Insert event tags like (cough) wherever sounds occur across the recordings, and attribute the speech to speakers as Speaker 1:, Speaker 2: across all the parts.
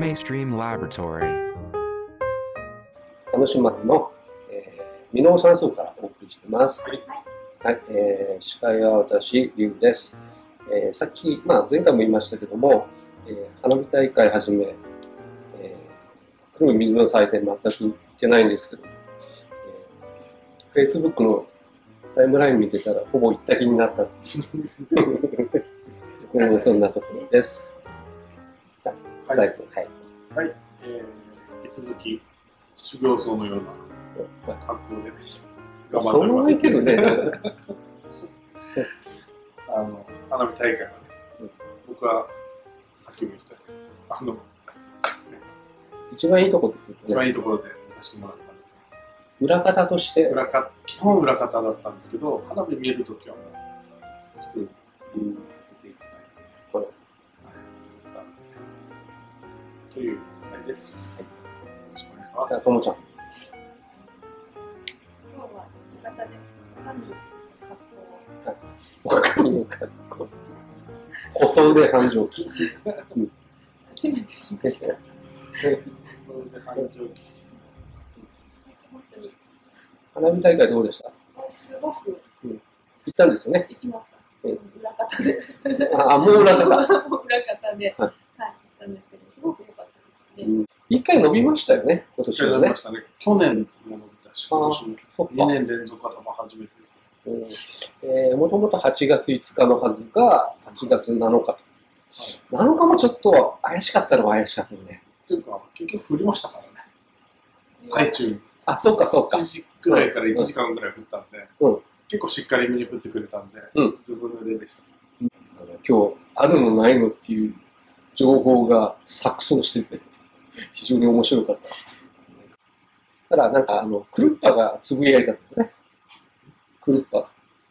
Speaker 1: Daystream Laboratory.
Speaker 2: 鹿児島の、えー、箕面山荘からお送りしてます。はい、えー司会は私、リュウです。えーさっき、まあ、前回も言いましたけども、えー花火大会はじめ、えー、黒い水の祭典全く行ってないんですけど、えー、Facebook のタイムライン見てたら、ほぼ行った気になった。うんそんなところです。
Speaker 3: は
Speaker 2: 最後
Speaker 3: い、
Speaker 2: はい。
Speaker 3: はいえー引き続き、修行僧のような格好で、頑張っており
Speaker 2: そ
Speaker 3: ま
Speaker 2: う
Speaker 3: す。
Speaker 2: いけどね、
Speaker 3: あの、花火大会はね、
Speaker 2: うん
Speaker 3: 僕は、さっきも言ったけど、あの、
Speaker 2: 一番いいとこって言って
Speaker 3: 一
Speaker 2: ね
Speaker 3: 番いいところで見させてもらったんで、
Speaker 2: 裏方として、
Speaker 3: 裏か基本裏方だったんですけど、花火見えるときはもう、普通に
Speaker 2: うん
Speaker 3: させていただいて、
Speaker 2: これ
Speaker 3: という状態です。よろしくお願いしま
Speaker 2: じゃあ
Speaker 3: す。
Speaker 2: と (laughs) もちゃん。
Speaker 4: 今日は浴衣で鏡の格好を
Speaker 2: 若いの格好。細腕繁盛期。
Speaker 4: 初めてしました。
Speaker 3: それで繁盛期
Speaker 4: 本当に、
Speaker 2: 花火大会どうでした
Speaker 4: すごく
Speaker 2: 行ったんですよね。
Speaker 4: 行きました。
Speaker 2: うん
Speaker 4: 裏方で。
Speaker 2: あ、あもう裏方。
Speaker 4: 裏方で。
Speaker 2: は
Speaker 4: はいい、行ったんですけど、すごく良かったです
Speaker 2: う
Speaker 4: ね。
Speaker 2: ん一回伸びましたよね、今
Speaker 3: 一
Speaker 2: 年
Speaker 3: 回
Speaker 2: は
Speaker 3: 伸び
Speaker 2: ね
Speaker 3: まし。たね。去年も伸びたし、
Speaker 2: あー
Speaker 3: 今年も
Speaker 2: そっか
Speaker 3: 2年連続は多分初めてです。
Speaker 2: うんえーもともと8月5日のはずが、8月7日と。7日もちょっと怪しかったのは怪しかったよね。
Speaker 3: というか、結局降りましたからね。最中に。
Speaker 2: あ、そうかそうか
Speaker 3: 7。時くらいから1時間ぐらい降ったんで、
Speaker 2: うん。
Speaker 3: 結構しっかりめに降ってくれたんで、
Speaker 2: うん
Speaker 3: ずぶ濡れでした。
Speaker 2: あの今日、あるのないのっていう情報が錯綜してて、非常に面白かった。ただ、なんか、あの、クルッパがつぶやいたんですね。クルッパ。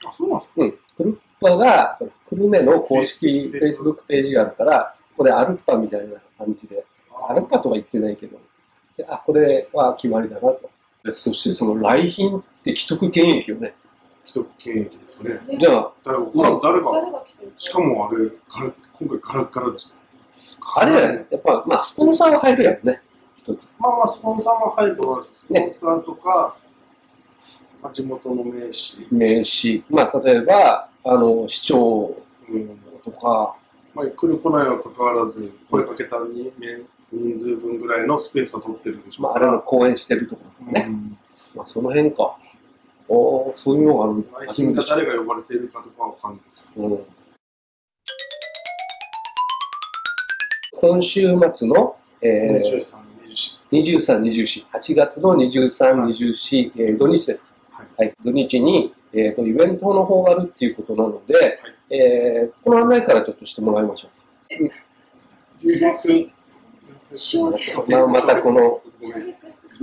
Speaker 3: あ、そうなんです
Speaker 2: うん。クルッパが、ほらクルメの公式 Facebook ページがあるから、そこでアルパみたいな感じで、アルパとは言ってないけど、であ、これは決まりだなと。でそして、その来賓って既得権益よね。
Speaker 3: 既得権益ですね。
Speaker 4: ね
Speaker 2: じゃあ、
Speaker 3: 誰が、誰が、
Speaker 4: 誰が来てる
Speaker 3: しかもあれ、ガラ今回ガラッガラでした。
Speaker 2: あれだよね。やっぱ、まあ、スポンサーが入るやんね。一つ。
Speaker 3: まあまあ、スポンサーも入ると思います。スポンサーとか、まあ、地元の名士、
Speaker 2: 名詞、まあ、例えばあの市長
Speaker 3: うん
Speaker 2: とか、
Speaker 3: まあ、来る来ないは関わらず、声かけた人人数分ぐらいのスペースは取ってるんでしょ
Speaker 2: まあ、
Speaker 3: う
Speaker 2: あれの講演してるところとか
Speaker 3: ね。
Speaker 2: ね、
Speaker 3: うん
Speaker 2: まあ、その辺か、おーそういうのがあるんだ
Speaker 3: 来
Speaker 2: 初め
Speaker 3: 賓
Speaker 2: て
Speaker 3: が
Speaker 2: 知った
Speaker 3: 誰が呼ばれているかとかは分かんないです。
Speaker 2: うん今週末の、えー、
Speaker 3: 23、
Speaker 2: 23、
Speaker 3: 24
Speaker 2: 24、8月の23、24、えー土日です。
Speaker 3: はい
Speaker 2: はい、土日に、えー、とイベントの方があるっていうことなので、えーこの案内からちょっとしてもらいましょう。
Speaker 4: チラシ、翔平、
Speaker 2: まあ、またこの
Speaker 4: 翔平君、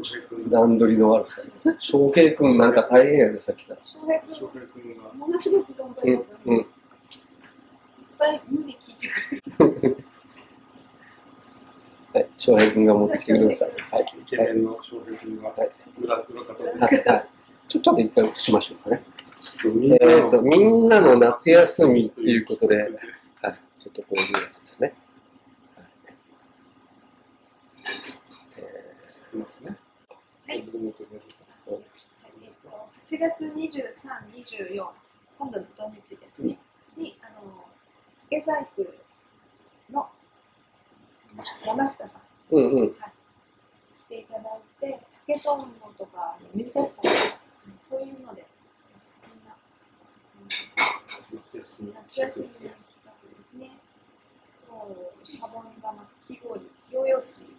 Speaker 3: 翔平君
Speaker 2: 段取りの悪さ。翔平君なんか大変やで、さっきから。
Speaker 4: 翔平
Speaker 3: 翔
Speaker 4: 君、
Speaker 3: 平君が、
Speaker 4: ものすごく頑張
Speaker 2: う
Speaker 4: りま
Speaker 2: ん
Speaker 4: す。
Speaker 2: う
Speaker 4: いっ
Speaker 2: ん、
Speaker 4: ぱい無理聞いてくれる。
Speaker 2: はい、翔平君が持ってきてください。はい、
Speaker 3: イケメンの翔平君が
Speaker 2: はい、
Speaker 3: 裏裏方で、
Speaker 2: はい、はい。ちょっと後で一回移しましょうかね。
Speaker 3: ちょっとみん
Speaker 2: えっ、
Speaker 3: なの
Speaker 2: と、みんなの夏休みっていうことで、はい、ちょっとこういうやつですね。
Speaker 3: 知ってますね。
Speaker 4: はい
Speaker 3: 僕もこれね
Speaker 4: えっと8月23、24、今度の土日ですね、に、あの、ゲザイクの山下さん
Speaker 2: うんうん。
Speaker 4: 来ていただいて、竹とんぼとか、水鉄砲とか、そういうので、みんな、
Speaker 3: 夏休み
Speaker 4: うん夏休みの企画ですね。と、シャボン玉、かき氷、ヨーヨー釣り、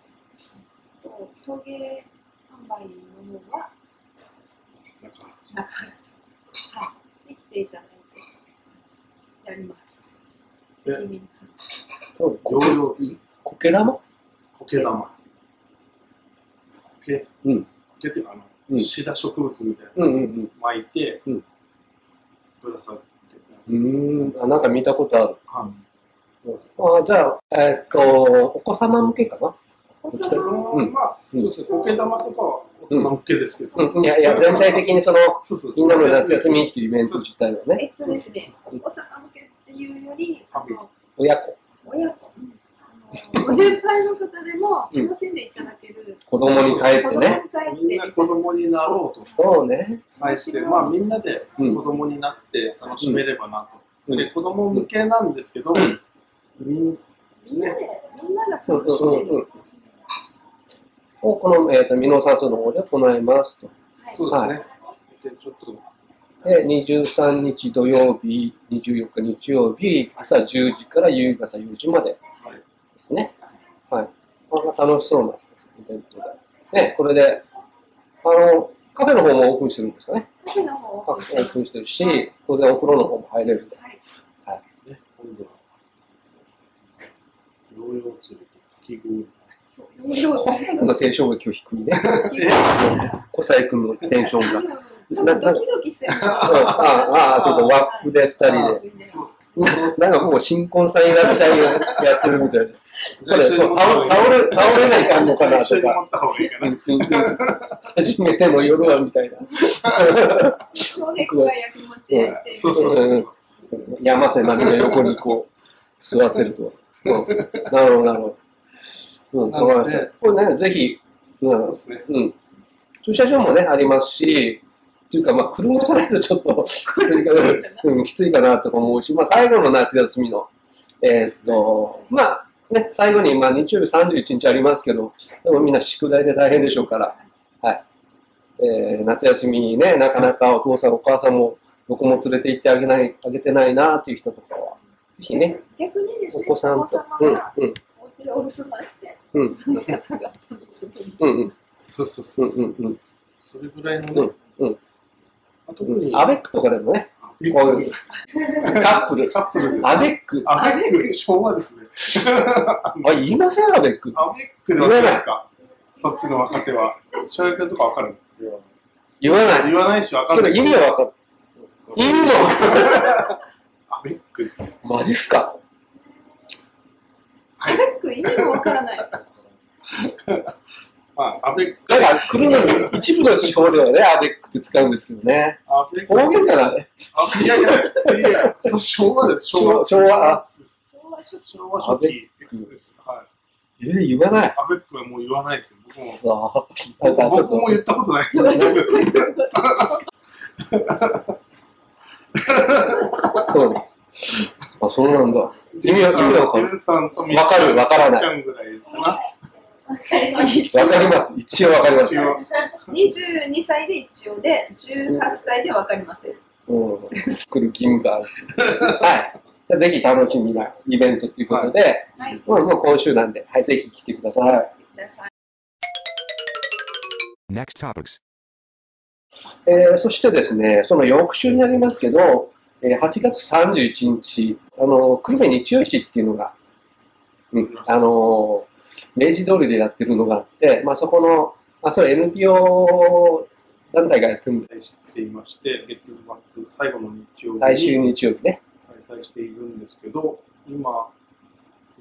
Speaker 4: と、陶芸販売の方は、
Speaker 3: なんか
Speaker 4: 中原さん、はい、に来ていただいて、やります。
Speaker 3: で
Speaker 4: ぜひ皆さん、
Speaker 2: そう、
Speaker 3: ヨ
Speaker 2: こ
Speaker 3: ー
Speaker 2: け、
Speaker 3: ヨー
Speaker 2: こけ玉
Speaker 3: 苔玉。苔、
Speaker 2: うん。
Speaker 3: 苔っていうか、あの、
Speaker 2: うん
Speaker 3: シダ植物みたいな
Speaker 2: うんう
Speaker 3: やつ
Speaker 2: ん
Speaker 3: 巻いて、
Speaker 2: うん
Speaker 3: ぶら下げて、
Speaker 2: うん。うーん、あ、なんか見たことある。
Speaker 3: は
Speaker 2: あじゃあ、えっ、と、お子様向けかな
Speaker 4: お子
Speaker 3: い、
Speaker 4: 様の
Speaker 2: うん
Speaker 3: まあ、そうですね、苔玉とかは大人向けですけど、
Speaker 2: うん。いやいや、全体的にその、
Speaker 3: そうそう
Speaker 2: みんなの夏休みっていうイベント自体は
Speaker 4: え
Speaker 2: ね、
Speaker 4: っとですね、お子様向けっていうより、あの
Speaker 2: 親子。
Speaker 4: 親子、うんあのご年配の方でも楽しんでいただける、
Speaker 2: 子供に帰っ
Speaker 4: 子
Speaker 2: て
Speaker 4: 供
Speaker 2: ね。
Speaker 4: に帰って
Speaker 3: みん
Speaker 4: み
Speaker 3: な
Speaker 4: たい
Speaker 3: 子供になろうと
Speaker 2: そうね。
Speaker 3: 対して、まあみんなで
Speaker 2: うん
Speaker 3: 子供になって楽しめればなと。
Speaker 2: うん
Speaker 3: で、子供向けなんですけど、
Speaker 2: ん
Speaker 3: みん
Speaker 4: みんなで、みんなが
Speaker 2: そう
Speaker 4: 楽
Speaker 2: そうそう
Speaker 4: しめ
Speaker 2: そ
Speaker 4: る
Speaker 2: う。をこの、えー、とミノ酸素の方で行いますと。
Speaker 3: そうですね。で、ちょっと、
Speaker 2: で、23日土曜日、24日日曜日、朝10時から夕方4時まで
Speaker 3: はい
Speaker 2: ですね。はい。これが楽しそうなイベントで。ね、これで、あの、カフェの方もオープンしてるんですかね。
Speaker 4: カフェの方を
Speaker 2: カ
Speaker 4: オープ
Speaker 2: フェオ
Speaker 4: ンしてま
Speaker 2: ー
Speaker 4: す
Speaker 2: プンしてるし、当然お風呂の方も入れるんで。
Speaker 4: はい、
Speaker 2: はい。
Speaker 3: ね、今度は、ヨーヨー釣りとかき氷。
Speaker 4: そう、養生
Speaker 2: なんかテンションが今日低いね。 (laughs) 小細工のテンションが。
Speaker 4: 多分ドキドキしてる
Speaker 2: ああ、ああ、ちょっと和服で二人で。
Speaker 3: そう。
Speaker 2: なんかもう新婚さんいらっしゃいをやってるみたいです。
Speaker 3: じゃあ一緒に持った方がいい
Speaker 2: 倒れ倒れないかんのかなとか
Speaker 3: 一緒に持った方がいいか
Speaker 2: う
Speaker 3: な。
Speaker 2: んうんうん初めての夜はみたいな。
Speaker 4: 翔平君が役持ちやって
Speaker 3: そうそうそう。
Speaker 2: 山瀬まみの横にこう、座ってると。うんなるほど、なるほど。うん、
Speaker 3: なので
Speaker 2: わかりました。これね、ぜひ、うん
Speaker 3: そうですね
Speaker 2: うん。駐車場もね、ありますし、っていうか、まあ、車じゃないとちょっときついかな、うん、きついかなとか思うし、まあ、最後の夏休みの、えーっと、まあ、ね、最後に、まあ、日曜日31日ありますけど、でもみんな宿題で大変でしょうから、はい。えー夏休みにね、なかなかお父さんお母さんもどこも連れて行ってあげない、あげてないなっていう人とかは、ぜひね、
Speaker 4: 逆にです
Speaker 2: お
Speaker 4: ね、
Speaker 2: 子さんと、うん、
Speaker 4: が
Speaker 2: うん、
Speaker 4: お家でお留守番して、
Speaker 2: うん、
Speaker 4: その方が楽し
Speaker 2: う
Speaker 4: む。
Speaker 2: ん、うん、
Speaker 3: そうそう
Speaker 2: う
Speaker 3: そ
Speaker 2: んう
Speaker 3: う。、
Speaker 2: ん、うん、
Speaker 3: それぐらいの
Speaker 2: う
Speaker 3: ね
Speaker 2: ん、うん、
Speaker 3: 特に、
Speaker 2: アベックとかでもね、
Speaker 3: カ
Speaker 2: こういうカップル、
Speaker 3: カップルです。
Speaker 2: アベック、
Speaker 3: アベック、昭和ですね。 (laughs)
Speaker 2: あ、言いません、アベック。
Speaker 3: アベックでわかんないですかそっちの若手は。小学君とかわかる
Speaker 2: 言わない。
Speaker 3: 言わないしわか
Speaker 2: け
Speaker 3: ん
Speaker 2: ど
Speaker 3: ない。
Speaker 2: 意味は分かる。意味も分かる。
Speaker 3: アベック。
Speaker 2: マジっすか。
Speaker 4: アベック意味もわからない。
Speaker 3: まあ、アベック。
Speaker 2: だから、来るのに、一部の地方ではね、アベックって使うんですけどね。
Speaker 3: アベック。
Speaker 2: 方言からね、
Speaker 3: あいやいや、いやいや、そう昭和です。
Speaker 2: 昭和昭和
Speaker 4: 昭和初期
Speaker 3: 昭和初期です。はい。
Speaker 2: えー、言わない。
Speaker 3: アベックはもう言わないですよ。
Speaker 2: く
Speaker 3: 僕も。
Speaker 2: そなんかちょっ
Speaker 3: 僕も言
Speaker 2: と、
Speaker 3: ったことないですよ。
Speaker 2: そうね。あ、そうなんだ。意味は、意味は分か
Speaker 3: デュ
Speaker 2: る。
Speaker 3: ーさんとミッ
Speaker 2: わかるわからない
Speaker 3: ちゃんぐらいかな。
Speaker 2: 分かります。一応分かります
Speaker 3: 一。応。
Speaker 4: 22歳で一応で、18歳でわかりません。
Speaker 2: うん。来る義務がある。はい。じゃあぜひ楽しみなイベントということで、
Speaker 4: はい、
Speaker 2: まあもう今週なんで、はい、ぜひ来てください。
Speaker 4: ください。
Speaker 1: Next topics.
Speaker 2: えーそしてですね、その翌週になりますけど、えー8月31日、あの、久留米日曜市っていうのが、うん、あの、明治通りでやってるのがあって、まあ、そこの、まあ、それ NPO 団体がやってるんで、
Speaker 3: していまして、月末、最後の日曜
Speaker 2: 最
Speaker 3: 日
Speaker 2: 終
Speaker 3: に
Speaker 2: 日曜日ね。
Speaker 3: 開催しているんですけど、今、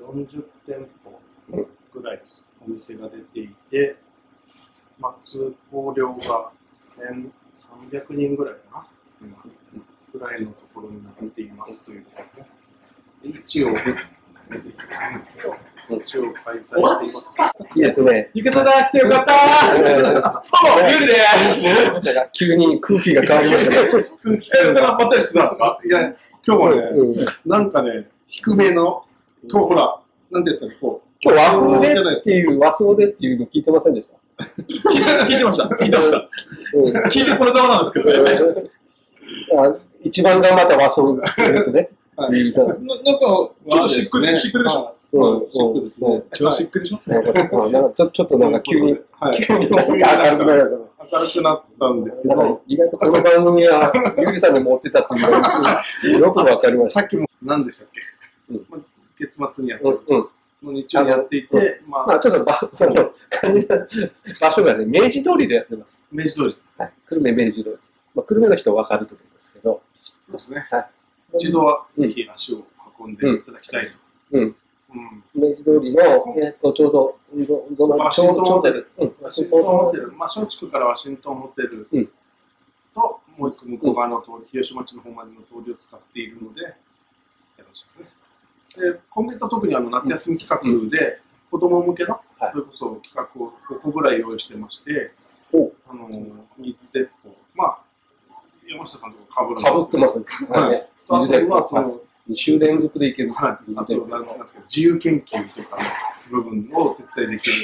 Speaker 3: 40店舗ぐらいお店が出ていて、まあ、通行量が1300人ぐらいかな、ぐらいのところになっていますということですね。で一応、一応開催しています。
Speaker 2: いいですね。
Speaker 5: 浴衣が来てよかったーどうも、ゆりです
Speaker 2: なんか急に空気が変わりましたね。
Speaker 5: (laughs)
Speaker 3: 空気
Speaker 5: え、それはまったりしてたんですか
Speaker 3: いや、今日はね、
Speaker 2: うん
Speaker 3: なんかね、低めの、こうほら、なんていうんですかね、こう、
Speaker 2: 今日和風
Speaker 3: じゃな
Speaker 2: で
Speaker 3: いで
Speaker 2: っ
Speaker 3: すか
Speaker 2: ていう、和装でっていうの聞いてませんでした。
Speaker 5: 聞いてました、聞いて
Speaker 3: (laughs)
Speaker 5: ました。
Speaker 2: うん
Speaker 5: 聞いてこれざまなんですけどね。
Speaker 2: あ一番頑張った和装ですね。
Speaker 3: はい
Speaker 2: ゆうさん
Speaker 5: ななんか、ちょっとしっくり、しっくりでしょ
Speaker 2: うん
Speaker 3: シックですね。
Speaker 5: 一番しっくりでしょ
Speaker 2: なんかあなんかちょちょっとなんか急に、
Speaker 3: はい
Speaker 2: 急になんか明るくなるから。
Speaker 3: 明るくなったんですけ
Speaker 2: なんか
Speaker 3: ど、
Speaker 2: 意外とこの番組は、ゆりさんで持ってたっていうのが、よくわかりまし
Speaker 3: さ
Speaker 2: た。
Speaker 3: っきも何でしたっけ、
Speaker 2: うん
Speaker 3: まあ月末にやって
Speaker 2: うんうん。
Speaker 3: の日曜にやっていて、ま
Speaker 2: ま
Speaker 3: あ、
Speaker 2: あ、ちょっと場その感じた場所がね、明治通りでやってます。
Speaker 3: 明治通り
Speaker 2: はい、久留米明治通り。まあ、久留米の人わかると思うんですけど。
Speaker 3: ですね。
Speaker 2: はい
Speaker 3: 一度はぜひ足を運んでいただきたいと。
Speaker 2: うん。
Speaker 3: うん。
Speaker 2: 明治通りの、えっと、ちょうど、ど、どの、
Speaker 3: ワシントンホテル。
Speaker 2: ちょうどうん、
Speaker 3: ワシントンホテル、まあ、松竹からワシントンホテル
Speaker 2: うん
Speaker 3: と、もう一個向こう側の通り、広島町の方までの通りを使っているので、よろしいですね。で今月は特にあの夏休み企画で、子供向けの、
Speaker 2: はい
Speaker 3: それこそ企画を5個ぐらい用意してまして、
Speaker 2: お
Speaker 3: あの水鉄砲、まあ、山下さんとかぶるん
Speaker 2: かぶってますね。
Speaker 3: はい
Speaker 2: はい。
Speaker 3: あ
Speaker 2: 水
Speaker 3: と
Speaker 2: 鉄
Speaker 3: はそ
Speaker 2: 砲。
Speaker 3: の、
Speaker 2: 2週連続でいける。
Speaker 3: はい、
Speaker 2: 水
Speaker 3: あ
Speaker 2: 鉄
Speaker 3: と
Speaker 2: 砲
Speaker 3: なんなんですけど、自由研究とかの部分をお手伝いできる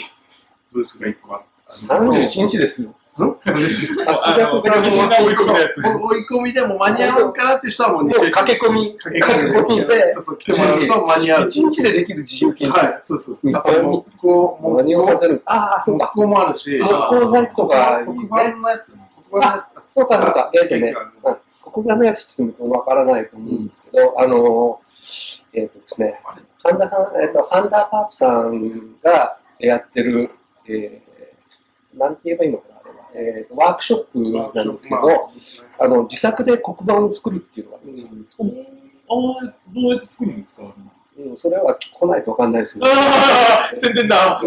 Speaker 3: ブースが1個あって。
Speaker 2: 31日ですよ。
Speaker 3: ん
Speaker 5: あの
Speaker 3: それも追い込みの
Speaker 5: の
Speaker 3: やつ追い込みでも間に合うかなっていう人はもう日中
Speaker 2: 駆け込み。
Speaker 3: 駆け込みでそうそう来てもらうと間に合う。
Speaker 2: 1日でできる自由研究。
Speaker 3: はい、そうそうそう。
Speaker 2: 日
Speaker 3: あ
Speaker 2: 本
Speaker 3: と
Speaker 2: に
Speaker 3: 木工、
Speaker 2: 間に合わせる。ああ、そう
Speaker 3: 木
Speaker 2: か。
Speaker 3: 工もあるし、
Speaker 2: 木工細工とかいいね
Speaker 3: 黒板のやつも、黒板のや
Speaker 2: あ
Speaker 3: つ
Speaker 2: そうか、そうか。えっとね、うんここがのやつっていうのもわからないと思うんですけど、あの、えっとですね、
Speaker 3: あれ
Speaker 2: ハンダさん、えっと、ハンダーパープさんがやってる、えー、なんて言えばいいのかな、あれは、えーと、ワークショップなんですけど、あの自作で黒板を作るっていうのがあるんですよ。
Speaker 5: ああ、どうやって作るんですか
Speaker 2: うん、それは来ないとわかんない (laughs) ですね。
Speaker 5: ああ、宣伝だ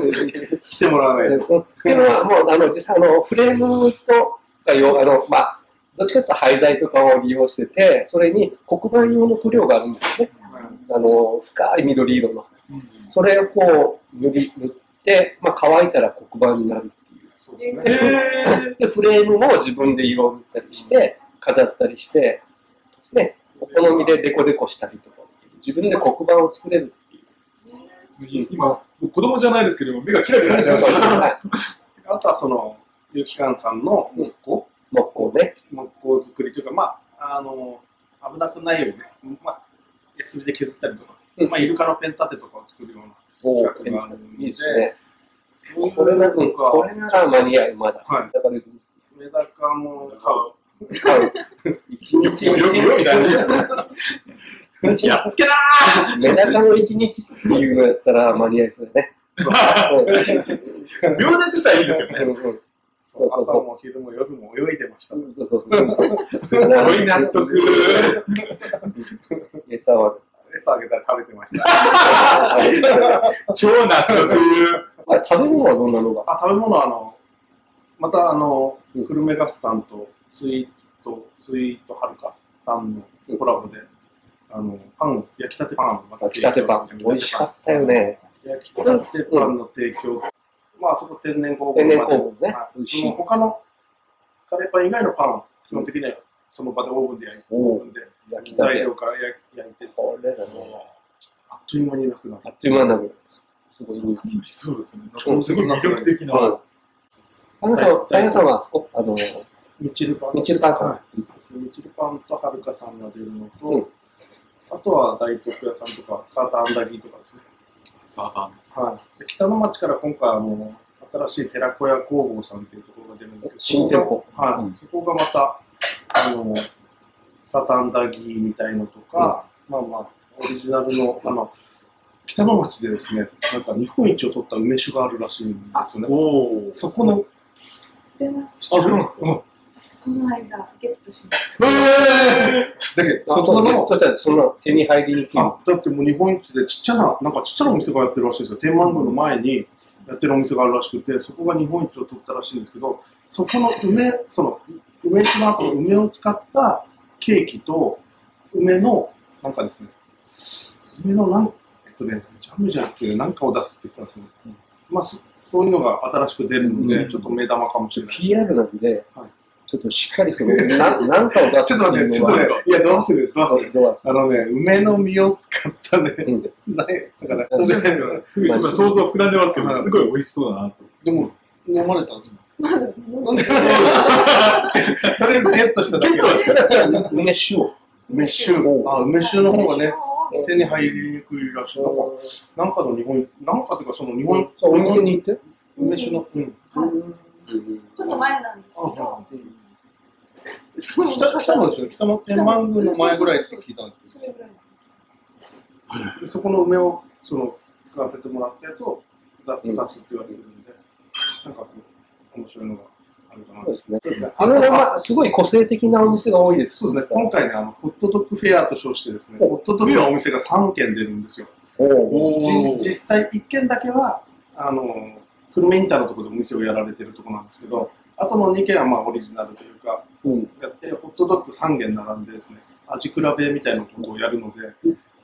Speaker 3: 来てもらわない
Speaker 2: で
Speaker 3: と。
Speaker 2: そっていうのは、もうあの実際あの、フレームとか用あの、まあ、どっちかというと廃材とかを利用してて、それに黒板用の塗料があるんですね。あの深い緑色の。それをこう塗り塗って、まあ、乾いたら黒板になるっていう。
Speaker 3: そうです
Speaker 5: え
Speaker 3: ね。
Speaker 5: え
Speaker 2: で、フレームも自分で色を塗ったりして、飾ったりして、ね、お好みでデコデコしたりとか、自分で黒板を作れるっていう。
Speaker 5: 今、僕子供じゃないですけど、目がキラキラしちゃいました。
Speaker 2: はい
Speaker 3: あとはその、有機関さんの木工、
Speaker 2: 木工ね。
Speaker 3: 木工作りというか、まあ、あの、危なくないようにね、まあ、エスビで削ったりとか、
Speaker 2: うん
Speaker 3: まあ、イルカのペン立てとかを作るような。
Speaker 2: おー
Speaker 3: 企画があるんで
Speaker 2: いいですね。
Speaker 3: そういう
Speaker 2: これな
Speaker 3: のとか
Speaker 2: これなら間に合う、まだ。
Speaker 3: はい
Speaker 2: だから、
Speaker 3: メダカも買う。
Speaker 2: 一日、一日、
Speaker 5: やっつけな
Speaker 2: メダカの一日っていうのやったら間に合いそうだね。
Speaker 5: ー秒でしたらいいですよ
Speaker 2: う
Speaker 5: ね。
Speaker 2: んうん
Speaker 3: そ
Speaker 2: そ
Speaker 3: う
Speaker 2: うそう
Speaker 3: 朝
Speaker 2: そう
Speaker 3: も昼も夜も泳いでました。
Speaker 2: そうそうそう。
Speaker 5: すごい納得。
Speaker 2: 餌は。
Speaker 3: 餌あげたら食べてました。
Speaker 5: 超納得。
Speaker 2: あ食べ物はどんなのが
Speaker 3: あ食べ物はあの、またあの
Speaker 2: う、ん
Speaker 3: 久留米ガスさんとスイート、スイートはるかさんのコラボで、あの、パンを、焼きたてパンをま
Speaker 2: 焼きたてパン。美味しかったよ。ね。
Speaker 3: 焼きたてパンの提供、まあそこ天然工房
Speaker 2: 天然工房ね
Speaker 3: はい
Speaker 2: 美味しい
Speaker 3: その他のカレーパン以外のパンは基本的にはその場でオーブンで焼いて、
Speaker 2: お
Speaker 3: オ
Speaker 2: う
Speaker 3: ーブンで
Speaker 2: 焼きた
Speaker 3: 材
Speaker 2: て
Speaker 3: 料。から焼焼いて、
Speaker 2: これだね。
Speaker 3: あっという間になくなった
Speaker 2: あっという間になる。すごい人気。
Speaker 5: そうですね。
Speaker 2: 超
Speaker 5: 魅力的な。
Speaker 2: パン屋さん、パン屋さんはあそこ、あの、
Speaker 3: みちるパン。
Speaker 2: みちるパンさん
Speaker 3: はい。みちるパンとはるかさんが出るのと、
Speaker 2: うん
Speaker 3: あとは大黒屋さんとか、サーターアンダギーとかですね。
Speaker 5: サーバ
Speaker 3: はい。で北の町から今回、あの、新しい寺子屋工房さんというところが出るんですけど、
Speaker 2: 新店舗
Speaker 3: そこがはい、
Speaker 5: うん
Speaker 3: そこがまた、あの、サーターアンダギーみたいのとか、まあまあ、オリジナルの、あの、北の町でですね、なんか日本一を取った梅酒があるらしいんですよね。
Speaker 5: お
Speaker 3: そこの、
Speaker 4: 出ます。
Speaker 5: あ、そうなんですか
Speaker 3: うん
Speaker 4: 私この間ゲットしました。
Speaker 5: え
Speaker 3: だけど、
Speaker 2: そ
Speaker 3: そ
Speaker 2: こ
Speaker 3: この
Speaker 2: の、そしたらそんな手に入りにくい。
Speaker 3: あだってもう日本一でちっちゃな、なんかちっちゃなお店がやってるらしいですよ、天満宮の前にやってるお店があるらしくて、そこが日本一を取ったらしいんですけど、そこの梅、その梅酒の後の梅を使ったケーキと、梅の、なんかですね、梅のなん、えっとね、ジャムじゃなくて、なんかを出すって言ってたんですよ、まあそ、そういうのが新しく出るので、
Speaker 2: うん
Speaker 3: ちょっと目玉かもしれない。
Speaker 2: PR なんで
Speaker 3: はい、
Speaker 2: ちょっとしっかりそ (laughs) の、ななんかを出
Speaker 3: ち
Speaker 2: す
Speaker 3: ょっ
Speaker 2: って
Speaker 3: と待っ
Speaker 2: い
Speaker 3: て、
Speaker 2: う
Speaker 3: ち
Speaker 2: の
Speaker 3: ょっと
Speaker 2: は
Speaker 3: ね、いや、どうする、どうする。
Speaker 2: どうは
Speaker 3: あのね、梅の実を使ったね、
Speaker 2: (laughs)
Speaker 3: ないだから、
Speaker 2: うん
Speaker 5: ーすごい、今想像膨らんでますけど、すごい美味しそうだなと。
Speaker 3: でも、飲まれたんですかとりあえずゲットしただけ
Speaker 5: ゲットした
Speaker 2: 梅酒を。
Speaker 3: 梅酒。あ、梅酒の方がね、
Speaker 2: うん
Speaker 3: 手に入りにくいらしい。なんか、なんかの日本、なんかというか、その日本、
Speaker 2: そうお店に行って。
Speaker 3: 梅酒の、うん。
Speaker 4: はい
Speaker 2: うん
Speaker 4: ちょっと前なんですけど、そう
Speaker 3: 北、北のですよ。北の天満宮の前ぐらいって聞いたんです
Speaker 4: それぐらいなんで
Speaker 3: けど、そこの梅を、その、使わせてもらったやつを出す、出すって言われてるんで、なんかこう、面白いのがあるかな。
Speaker 2: そうですね。
Speaker 3: そうですね。
Speaker 2: あの辺はすごい個性的なお店が多いです。
Speaker 3: そうですね、今回ね、あのホットドッグフェアと称してですね、
Speaker 2: お
Speaker 3: ホットドッグのお店が3軒出るんですよ。
Speaker 2: おお。
Speaker 5: おー
Speaker 3: じ実際1軒だけは、あの、久留米インターのところでお店をやられてるところなんですけど、あとの2軒はまあオリジナルというか、
Speaker 2: うん。
Speaker 3: やって、ホットドッグ3軒並んでですね、味比べみたいなことをやるので、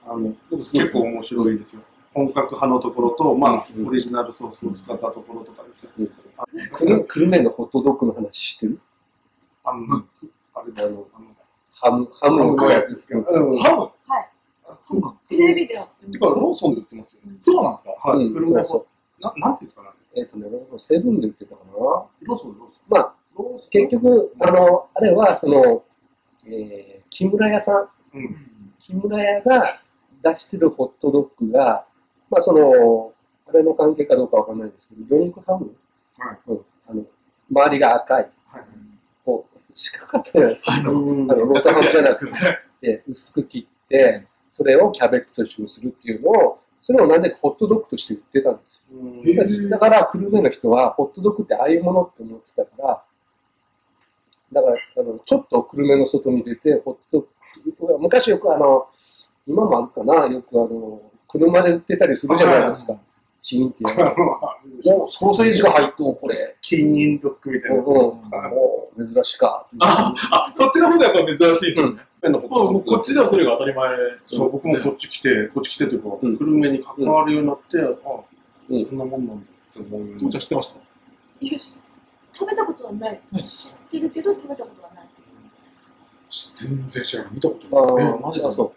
Speaker 3: あの結構面白いですよ。本格派のところと、まあ、
Speaker 2: うん
Speaker 3: オリジナルソースを使ったところとかですね。
Speaker 2: うんクルクルメのホットドッグの話してる
Speaker 3: あの、あれですよ。あの
Speaker 2: ハム、ハムのやつ
Speaker 3: けど。うん
Speaker 5: ハ
Speaker 4: はい。
Speaker 5: ムハ
Speaker 4: テレビでやって
Speaker 3: て
Speaker 4: ま
Speaker 3: か、ローソンで売ってますよね
Speaker 5: ム。そうなんですか
Speaker 3: は
Speaker 2: う
Speaker 3: い。
Speaker 2: ん
Speaker 3: 車
Speaker 2: そうそ
Speaker 3: を、ななんていうんですかね。
Speaker 2: えっ、とね、セブンで売ってたかな。
Speaker 3: ローソン、ローソ
Speaker 2: まあ、
Speaker 3: ン。ローソン。
Speaker 2: 結局、あの、あれは、その、えー木村屋さん、
Speaker 3: うん。
Speaker 2: 木村屋が出してるホットドッグが、まあ、その、あれの関係かどうかわかんないですけど、魚肉ハム、
Speaker 3: はい
Speaker 2: うん、あの周りが赤い、
Speaker 3: はい。
Speaker 2: こう、四角かったじゃないですか。
Speaker 5: あ
Speaker 2: あ
Speaker 5: の
Speaker 2: の、
Speaker 3: あの
Speaker 2: ローソンハムじゃなくて、薄く切って、それをキャベツと一緒にするっていうのを、それをなんでホットドッグとして売ってたんですよ。
Speaker 3: うん
Speaker 5: え
Speaker 2: だから、久留米の人は、ホットドッグってああいうものって思ってたから、だから、あのちょっと久留米の外に出て、ホットドッグ、昔よくあの、今もあるかな、よくあの、車で売ってたりするじゃないですか。チーンってやる。おソーセージが入っとう、これ。
Speaker 3: キーニンドッグみたいな。
Speaker 2: おお珍しか。
Speaker 5: ああ、そっちの方がやっぱ珍しいですね。
Speaker 3: の
Speaker 5: まあもうこっちではそれが当たり前。
Speaker 3: そう、僕もこっち来て、こっち来てというか、
Speaker 2: うん
Speaker 3: 久留米に関わるようになって、あ、こ
Speaker 2: うん
Speaker 3: んなもんなんだって思うように
Speaker 5: 父
Speaker 3: な
Speaker 5: ちゃん
Speaker 3: っ
Speaker 5: 知ってました
Speaker 4: す。いやし食べたことはない。知ってるけど食べたことはない。
Speaker 5: 全然知らない。見たこと
Speaker 2: あ
Speaker 5: ない。
Speaker 2: ー
Speaker 3: えマジで
Speaker 2: あそう。
Speaker 3: て。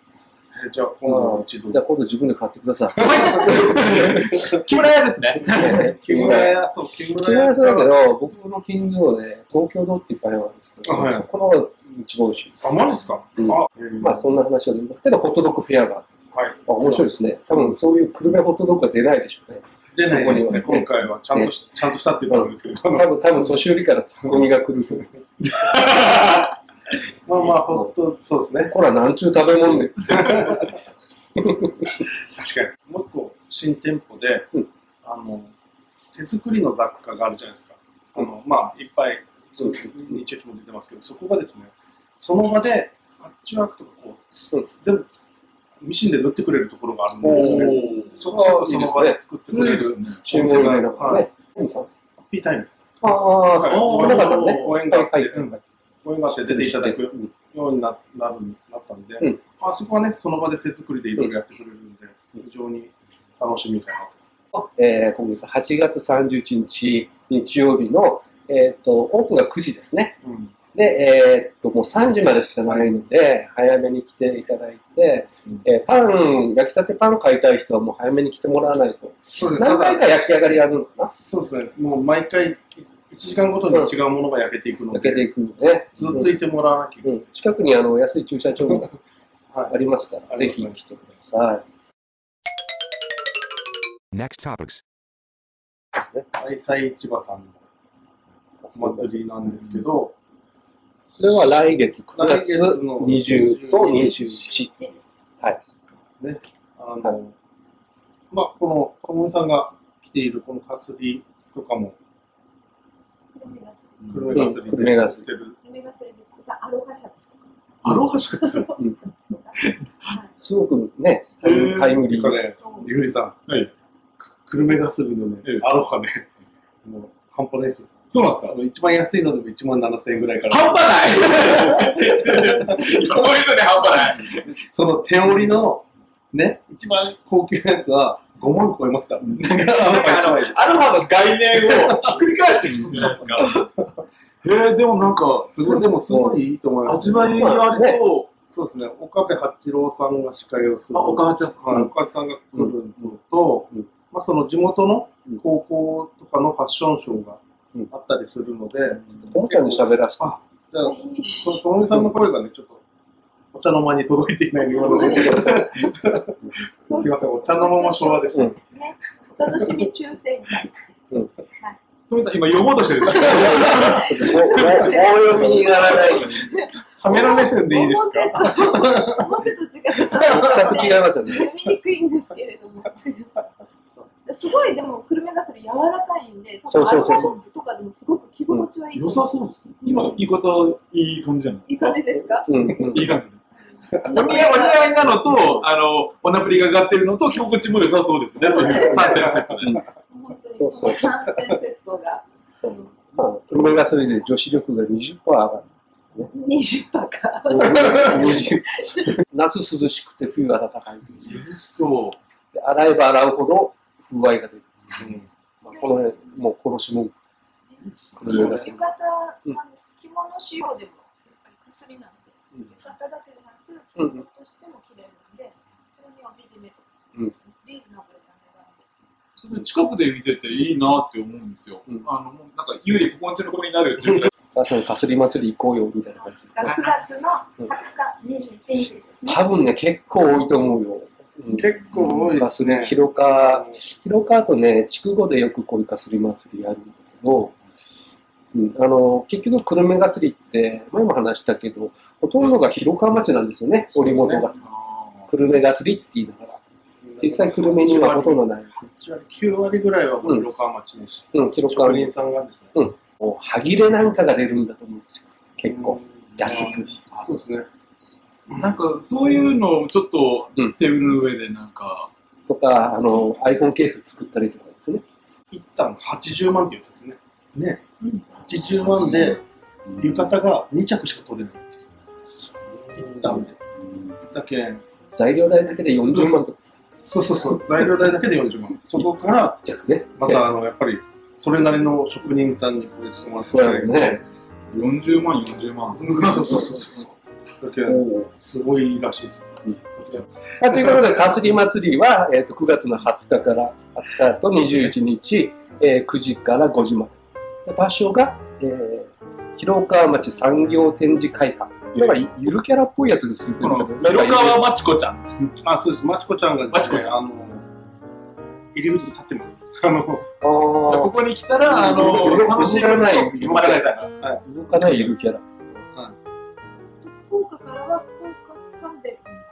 Speaker 3: じゃあ、今度は
Speaker 2: あ
Speaker 3: 一度
Speaker 2: ーじゃあ、今度自分で買ってください。
Speaker 5: (laughs) 木村屋ですね。
Speaker 3: 木村屋、そう、木
Speaker 2: 木
Speaker 3: 村
Speaker 2: 村屋
Speaker 3: 屋
Speaker 2: さんだけど、僕の近所で東京堂っていっぱいあるんですけど、
Speaker 3: あはい
Speaker 2: そこの一番美味しい。
Speaker 3: あ、マジですか、
Speaker 2: うん
Speaker 3: あ、えー
Speaker 2: まあそんな話は出ますけど、ホットドッグフェアがあって
Speaker 3: はい。
Speaker 2: あ面白いですね。多分そういう久留米ホットドッグは出ないでしょうね。
Speaker 3: 出ないですね、
Speaker 2: そこに
Speaker 3: 今回は。ちゃんとし、ちゃんとしたって言ったんですけ
Speaker 2: 多
Speaker 3: ど。
Speaker 2: 分、多分年寄りからツッコミが来ると。
Speaker 3: まあまあ、ほんと、そうですね。
Speaker 2: ほら、なんちゅう食べ物で。
Speaker 3: 確かに。もう一個、新店舗で、
Speaker 2: うん
Speaker 3: あの、手作りの雑貨があるじゃないですか。あの、まあ、いっぱい、
Speaker 2: そう
Speaker 3: 日曜日も出てますけど、そこがですね、その場で、パッチワークとかこう、全部、ミシンで縫ってくれるところがあるんですよね。そこはその場で作ってくれ
Speaker 5: 古いで
Speaker 3: る
Speaker 5: すね。
Speaker 2: 注文以外のからね。何さん
Speaker 3: ハッピータイム。
Speaker 2: ああ、
Speaker 5: お
Speaker 2: 小
Speaker 5: ー
Speaker 2: 高さんね。
Speaker 3: 応援があって
Speaker 2: はいはいはい
Speaker 3: 応援があって出ていただくよ
Speaker 2: うん
Speaker 3: うにななるなったんで、
Speaker 2: うん
Speaker 3: あそこはね、その場で手作りでいろいろやってくれるんで、
Speaker 2: うん
Speaker 3: 非常に楽しみかな
Speaker 2: えー今月8月31日日曜日の、えっとオープンが9時ですね。
Speaker 3: と。うん
Speaker 2: で、えーっと、もう3時までしかないので、早めに来ていただいて、
Speaker 3: うん
Speaker 2: えーパン、焼きたてパン買いたい人はもう早めに来てもらわないと。
Speaker 3: そうです
Speaker 2: 何回か焼き上がりやるのか
Speaker 3: ただそうですね、もう毎回、1時間ごとに違うものが焼けていく
Speaker 2: な
Speaker 3: の
Speaker 2: 焼
Speaker 3: で、
Speaker 2: けていくので、
Speaker 3: ずっといてもらわなきゃいけ
Speaker 2: う
Speaker 3: ない。
Speaker 2: ん、近くにあの安い駐車場が
Speaker 3: はい
Speaker 2: ありますから、
Speaker 3: あ
Speaker 2: ぜ
Speaker 3: りがと
Speaker 2: ひ
Speaker 3: うござい
Speaker 2: 来てくだ
Speaker 3: ます
Speaker 2: さ
Speaker 1: Next topics.
Speaker 3: 愛妻市場さんの
Speaker 2: い。
Speaker 3: お祭りなんですけど、
Speaker 2: それは来月9
Speaker 3: 来
Speaker 2: 月
Speaker 3: 月の
Speaker 2: 20と21。
Speaker 4: チーム
Speaker 2: はい。
Speaker 3: ですね。あ
Speaker 2: は
Speaker 3: の、まあ、この、小森さんが着ているこのカスリとかも、
Speaker 4: こ
Speaker 3: クルメ
Speaker 4: れが
Speaker 3: ガスリ
Speaker 2: うん黒目がすり
Speaker 3: てる。
Speaker 4: これがそれで作ったアロハシャツとか。
Speaker 5: アロハシャツ。
Speaker 2: うん
Speaker 4: はい。
Speaker 2: すごくね
Speaker 3: へー、
Speaker 2: タイムリー
Speaker 3: てか
Speaker 2: で。
Speaker 3: ね
Speaker 4: そう、
Speaker 3: ゆうりさん、
Speaker 5: はい。
Speaker 3: クルメガスリのね
Speaker 5: ええ、
Speaker 3: アロハね、 (laughs) もう、半端ないですよ。
Speaker 5: そうなんです
Speaker 3: あ
Speaker 5: か
Speaker 3: の、一番安いのでも1万7000円ぐらいから。
Speaker 5: 半端ないそういうのに半端ない。
Speaker 3: その手織りの、ね、一番高級なやつは5万超えますからね。アロハ一
Speaker 5: (laughs)
Speaker 3: 枚で
Speaker 5: アロハの概念をひっくり返してるんじゃないですか。えー、でもなんか、
Speaker 3: すごい、でもすごいいいと思います
Speaker 5: 味。わいありそ
Speaker 3: そうですね、岡部八郎さんが司会をす
Speaker 5: う。
Speaker 3: る。
Speaker 5: あ、お母ちゃん。
Speaker 3: はい、
Speaker 5: は
Speaker 3: 岡部さんが来るのと、
Speaker 2: うん
Speaker 3: まあ、その地元の高校とかのファッションショーが
Speaker 2: うん
Speaker 3: あったりするので、
Speaker 2: ともちゃんに喋らせて。
Speaker 3: あ、じゃあ、そともみさんの声がね、ちょっと、お茶の間に届いていないようなので、すいません、お茶の間も昭和でし
Speaker 2: う
Speaker 3: た。
Speaker 2: ん
Speaker 4: ね。お楽しみ抽選会。
Speaker 2: うん
Speaker 4: はい。
Speaker 5: い。トミさん、今読もうとしてる。
Speaker 2: おお大読みにならないように。
Speaker 3: カメラ目線でいいですか
Speaker 4: か思ってと違ってさ、
Speaker 2: 全く違いますよね
Speaker 4: 読みにくいんですけれども。すごいでも、久留米がそれ柔らかいんで、多分ア
Speaker 2: そうそう
Speaker 4: ロハ
Speaker 2: そ
Speaker 4: シ
Speaker 2: う
Speaker 4: ャツとかでもすごく着心地はいいと
Speaker 5: 良
Speaker 4: 思
Speaker 5: さそうです。今の言い方、いい感じじゃない
Speaker 4: い
Speaker 5: ですか
Speaker 4: か。がですか
Speaker 2: うんうん
Speaker 5: いい感じです。お似合いお似合いなのと、あの、おなぶりが上がってるのと、着心地も良さそうですね。3点セットで。
Speaker 4: 本当にその3点セットが。あの
Speaker 2: まあ、プロメガソリンで女子力が20%上がる。ね。
Speaker 4: 20%か。
Speaker 2: 夏涼しくて冬暖かいという
Speaker 5: 涼しそ
Speaker 2: で洗えば洗うほど風合いが出る。
Speaker 5: う。うん
Speaker 2: まあ、この辺、もう殺し文句。
Speaker 4: 浴衣なんです着物仕様でも、やっぱりかすりなんで、浴衣だけでなく、着物としても綺麗なんで、それに帯締めとか、リーズナブルな値段で。
Speaker 5: それ近くで見てていいなって思うんですよ。
Speaker 2: うん
Speaker 5: あの、もうなんか、有利ここんちのことになるっていうぐらい。
Speaker 2: 確かにかすり祭り行こうよみたいな感じ。
Speaker 4: 9月の20日、21日ですね。
Speaker 2: 多分ね、結構多いと思うよ。うん
Speaker 3: 結構多いですね。
Speaker 2: 広川、広川とね、筑後でよくこういうかすり祭りやるんだけど、うん、あの結局、久留米がすりって、前も話したけど、ほとんどが広川町なんですよね、織元が。久留米がすりって言いながら。実際、久留米にはほとんどない。
Speaker 3: 9割ぐらいはもう広川町にし、
Speaker 2: うん、広川
Speaker 3: 職
Speaker 2: に
Speaker 3: 人。さんがですね、
Speaker 2: うん。もう、歯切れなんかが出るんだと思うんですよ。結構。安く。
Speaker 3: そうですね。
Speaker 5: なんか、そういうのをちょっと
Speaker 2: うん、
Speaker 5: テーブルの上でなんか、
Speaker 2: とか、あの、アイコンケース作ったりとかですね。
Speaker 3: 一旦80万って言うんですね。ね。
Speaker 4: うん
Speaker 3: 80万で浴衣が2着しか取れないんですよ。一旦で。だけ、
Speaker 2: 材料代だけで40万とか
Speaker 3: そうそうそう、材料代だけで40万。そこから、
Speaker 2: 弱ね。
Speaker 3: またあの、やっぱり、それなりの職人さんにこれしてもらって、
Speaker 2: そうやろね。
Speaker 5: 40万、40万。
Speaker 3: そうそうそうそう。だけ、すごいらしいですよ。
Speaker 2: あということで、かすり祭りは、えー、と9月の20日から20日と21日、えー9時から5時まで。で場所が、えー広川町産業展示会館。だから、ゆるキャラっぽいやつですよね
Speaker 5: この、広川まちこちゃん。
Speaker 3: あ、そうです。まちこちゃんがですね、
Speaker 5: まちこち
Speaker 3: あの、入り口に立ってます。あの、
Speaker 2: あー
Speaker 5: ここに来たら、あの、楽しいことを言われたら。
Speaker 2: 動かないゆるキャラ。
Speaker 4: 福岡からは福岡勘兵衛君が。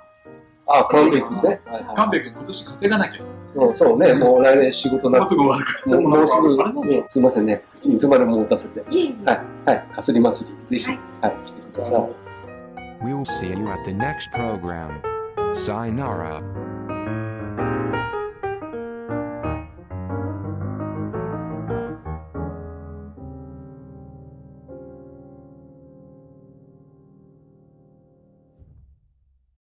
Speaker 2: ああ、神戸君ね。はいはい
Speaker 5: 勘兵衛君、今年稼がなきゃ。も
Speaker 2: うんそうね、もう来年仕事な
Speaker 5: う
Speaker 2: く
Speaker 5: すぐ終わるか
Speaker 2: もうもうすぐ、
Speaker 5: あれなん
Speaker 2: うんすみませんね、いつまでも持たせて。
Speaker 4: いえいえ。
Speaker 2: はい、はい、かすり祭り、ぜひ、
Speaker 4: は
Speaker 2: はいい、来てください。
Speaker 1: We'll see you at the next program. Sayonara.